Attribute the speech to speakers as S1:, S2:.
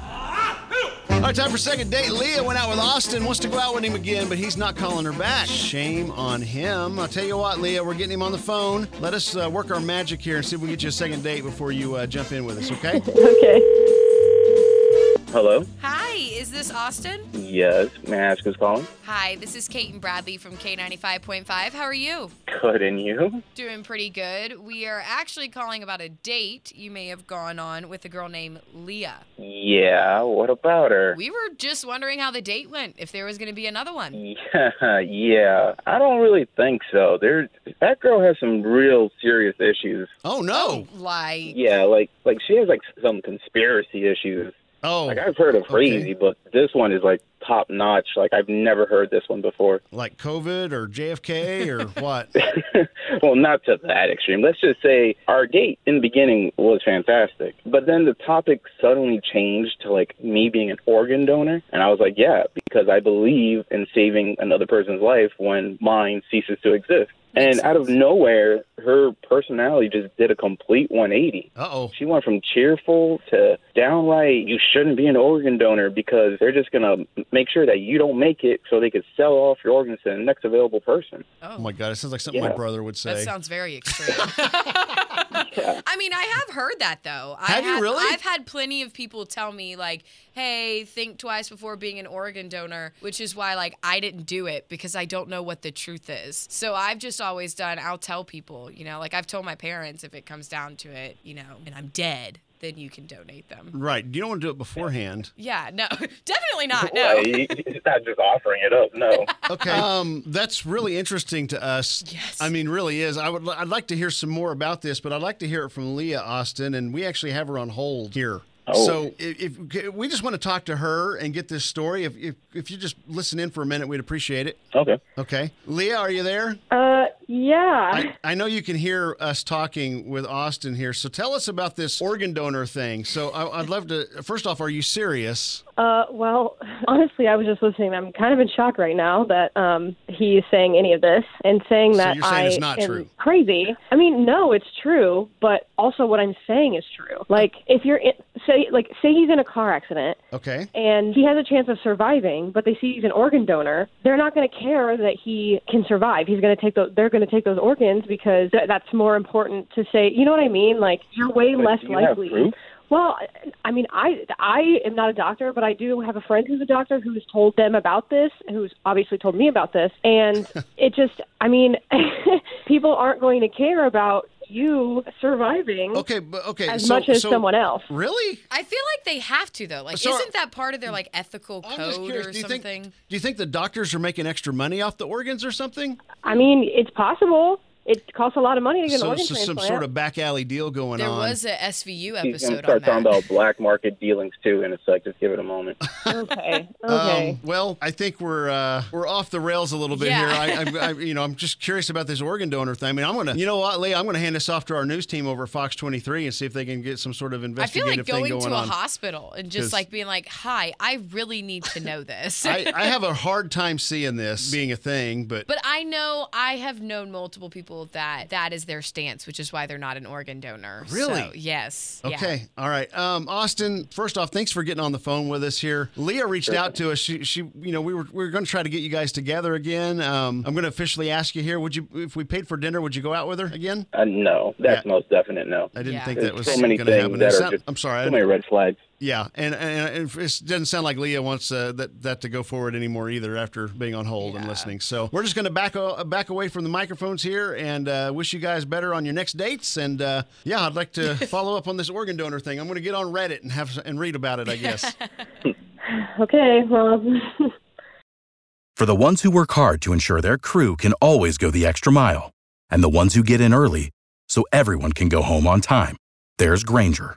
S1: All right, time for second date. Leah went out with Austin, wants to go out with him again, but he's not calling her back. Shame on him. I'll tell you what, Leah, we're getting him on the phone. Let us uh, work our magic here and see if we can get you a second date before you uh, jump in with us, okay?
S2: Okay.
S3: Hello?
S4: Hi, is this Austin?
S3: Yes, may I ask who's calling?
S4: Hi, this is Kate and Bradley from K95.5. How are you?
S3: Good, and you?
S4: Doing pretty good. We are actually calling about a date you may have gone on with a girl named Leah.
S3: Yeah, what about her?
S4: We were just wondering how the date went, if there was going to be another one.
S3: Yeah, yeah. I don't really think so. There, that girl has some real serious issues.
S1: Oh, no.
S4: Like,
S3: Yeah, like like she has like some conspiracy issues.
S1: Oh,
S3: Like I've heard of crazy, but this one is like top notch. Like I've never heard this one before.
S1: like COVID or JFK or what?
S3: well, not to that extreme. Let's just say our date in the beginning was fantastic, but then the topic suddenly changed to like me being an organ donor, and I was like, yeah, because I believe in saving another person's life when mine ceases to exist. And out of nowhere, her personality just did a complete 180.
S1: Uh oh.
S3: She went from cheerful to downright, you shouldn't be an organ donor because they're just going to make sure that you don't make it so they could sell off your organs to the next available person.
S1: Oh my God, it sounds like something my
S3: Yeah.
S1: brother would say.
S4: that sounds very extreme. I mean, I have heard that though. I
S1: Have you really?
S4: I've had plenty of people tell me like, "Hey, think twice before being an organ donor," which is why like I didn't do it because I don't know what the truth is. So I've just always done. I'll tell people, you know, like I've told my parents if it comes down to it, you know, and I'm dead, then you can donate them.
S1: right. You don't want to do it beforehand.
S4: Yeah, no, definitely not. No.
S3: Like, he's not just offering it up. No.
S1: Okay. Um, that's really interesting to us.
S4: Yes.
S1: I mean, really is. I would. I'd like to hear some more about this, but I'd like to hear it from Leah Austin, and we actually have her on hold here.
S3: Oh.
S1: So if, if we just want to talk to her and get this story, if, if if you just listen in for a minute, we'd appreciate it.
S3: Okay.
S1: Okay, Leah, are you there?
S2: Uh, yeah.
S1: I, I know you can hear us talking with Austin here. So tell us about this organ donor thing. So I, I'd love to. First off, are you serious?
S2: Uh, well, honestly, I was just listening. I'm kind of in shock right now that um, he's saying any of this and saying
S1: So
S2: that
S1: you're saying
S2: I
S1: it's not
S2: am
S1: true.
S2: crazy. I mean, no, it's true, but also what I'm saying is true. Like, if you're in, say, like, say he's in a car accident
S1: Okay.
S2: and he has a chance of surviving, but they see he's an organ donor, they're not going to care that he can survive. He's going to take those. They're going to take those organs because th- that's more important to say. You know what I mean? Like you're way
S3: But
S2: less
S3: do you have
S2: likely.
S3: proof?
S2: Well, I- I mean, I I am not a doctor, but I do have a friend who's a doctor who's told them about this, who's obviously told me about this, and it just, I mean, people aren't going to care about you surviving
S1: Okay. But okay.
S2: as
S1: so,
S2: much as
S1: so-
S2: someone else.
S1: Really?
S4: I feel like they have to though. Like,
S1: So-
S4: isn't that part of their like ethical code or
S1: Do you
S4: something?
S1: think do you think the doctors are making extra money off the organs or something?
S2: I mean, it's possible. It costs a lot of money to get an
S1: so
S2: organ
S1: so some
S2: transplant.
S1: sort of back alley deal going
S4: there
S1: on.
S4: was a SVU
S3: He's going to
S4: episode on
S3: start
S4: that.
S3: talking about black market dealings too, and it's like, just give it a moment.
S2: okay.
S1: Um,
S2: Okay.
S1: well, I think we're uh, we're off the rails a little bit
S4: Yeah.
S1: here. I, I, I, you know, I'm just curious about this organ donor thing. I mean, I'm gonna, you know what, Lee, I'm gonna hand this off to our news team over at Fox 23 and see if they can get some sort of
S4: I feel
S1: investigative
S4: like
S1: thing
S4: going,
S1: going
S4: to a
S1: on.
S4: hospital and
S1: 'Cause-
S4: just like being like, "Hi, I really need to know this."
S1: I, I have a hard time seeing this being a thing, but,
S4: but I know I have known multiple people that that is their stance, which is why they're not an organ donor. So,
S1: Really?
S4: yes. yeah.
S1: okay, all right, um, Austin. First off, thanks for getting on the phone with us here. Leah reached out to us. She, she, you know, we were we were going to try to get you guys together again. Um, I'm going to officially ask you here. Would you, if we paid for dinner, would you go out with her again?
S3: Uh, no, that's
S1: Yeah.
S3: most definite no.
S1: I didn't
S4: Yeah.
S1: think
S3: There's
S1: that was
S3: so
S1: going
S3: many
S1: to
S3: things
S1: happen.
S3: that
S1: It's
S3: are
S1: not-
S3: just
S1: I'm sorry. I-
S3: so many red flags.
S1: Yeah, and, and and it doesn't sound like Leah wants uh, that that to go forward anymore either after being on hold and listening. So we're just going to back o- back away from the microphones here and uh, wish you guys better on your next dates. And uh, yeah, I'd like to follow up on this organ donor thing. I'm going to get on Reddit and have and read about it. I guess.
S2: Okay. Well,
S5: For the ones who work hard to ensure their crew can always go the extra mile, and the ones who get in early so everyone can go home on time, there's Granger,